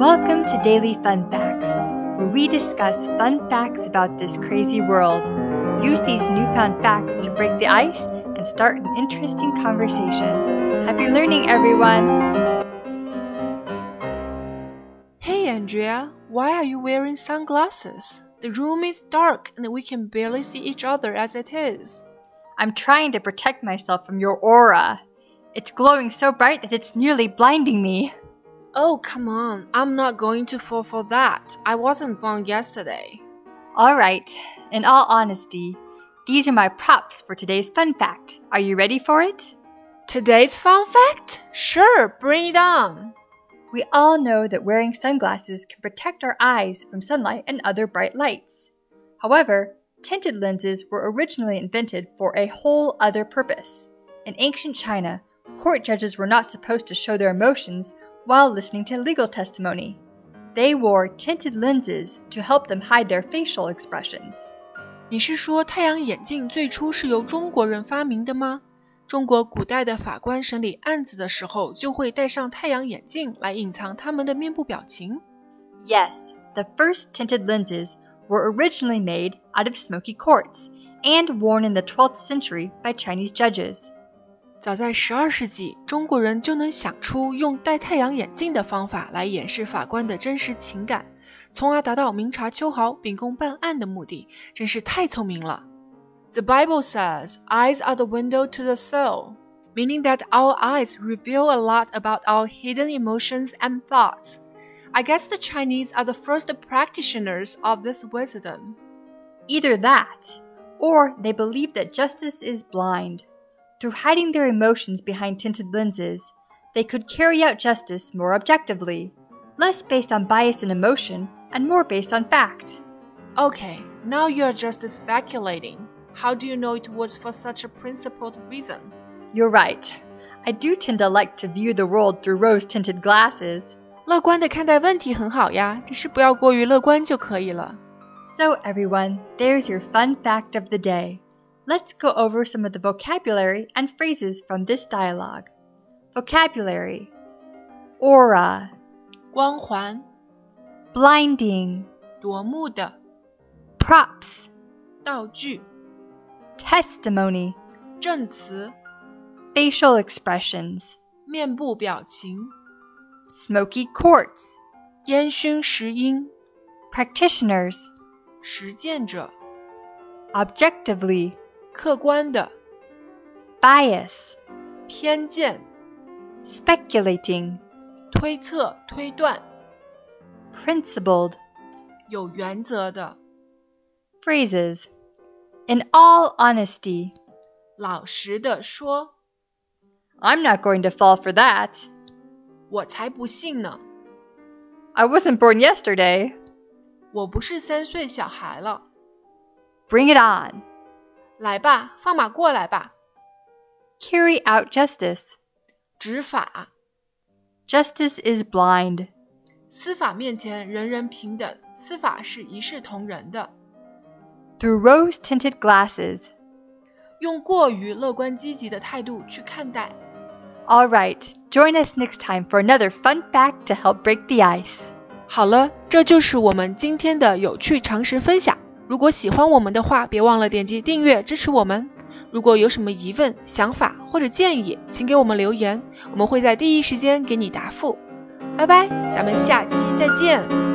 Welcome to Daily Fun Facts, where we discuss fun facts about this crazy world. Use these newfound facts to break the ice and start an interesting conversation. Happy learning, everyone! Hey, Andrea, why are you wearing sunglasses? The room is dark and we can barely see each other as it is. I'm trying to protect myself from your aura. It's glowing so bright that it's nearly blinding me. Oh, come on. I'm not going to fall for that. I wasn't born yesterday. Alright, in all honesty, these are my props for today's fun fact. Are you ready for it? Today's fun fact? Sure, bring it on. We all know that wearing sunglasses can protect our eyes from sunlight and other bright lights. However, tinted lenses were originally invented for a whole other purpose. In ancient China, court judges were not supposed to show their emotions while listening to legal testimony. They wore tinted lenses to help them hide their facial expressions. 你是说太阳眼镜最初是由中国人发明的吗？中国古代的法官审理案子的时候，就会戴上太阳眼镜来隐藏他们的面部表情。 Yes, the first tinted lenses were originally made out of smoky quartz and worn in the 12th century by Chinese judges. 早在十二世纪，中国人就能想出用戴太阳眼镜的方法来掩饰法官的真实情感，从而达到明察秋毫、秉公办案的目的，真是太聪明了。The Bible says, "Eyes are the window to the soul," meaning that our eyes reveal a lot about our hidden emotions and thoughts. I guess the Chinese are the first practitioners of this wisdom. Either that, or they believed that justice is blind. Through hiding their emotions behind tinted lenses, they could carry out justice more objectively, less based on bias and emotion, and more based on fact. Okay, now you are just speculating. How do you know it was for such a principled reason? You're right. I do tend to like to view the world through rose tinted glasses. 乐观的看待问题很好呀，只是不要过于乐观就可以了。 So, everyone, there's your fun fact of the day. Let's go over some of the vocabulary and phrases from this dialogue. Vocabulary Aura, 光环、 blinding, 夺目的 props, 道具、 testimony, 证词、 facial expressions, 面部表情、 smoky quartz, 烟熏石英、 practitioners, 实践者、 objectively, 客观的、 bias, 偏见、 speculating, 推测、推断、 principled, 有原则的、 phrases. In all honesty, 老实的说 I'm not going to fall for that.：“ 我才不信呢！ I wasn't born yesterday. 我不是三岁小孩了， Bring it on. 来吧，放马过来吧， Carry out justice. 执法。” Justice is blind. 司法面前人人平等，司法是一视同仁的。 Through rose tinted glasses. 用过于乐观积极的态度去看待。 All right, join us next time for another fun fact to help break the ice. 好了，这就是我们今天的有趣常识分享。如果喜欢我们的话，别忘了点击订阅支持我们。如果有什么疑问、想法或者建议，请给我们留言，我们会在第一时间给你答复。拜拜，咱们下期再见。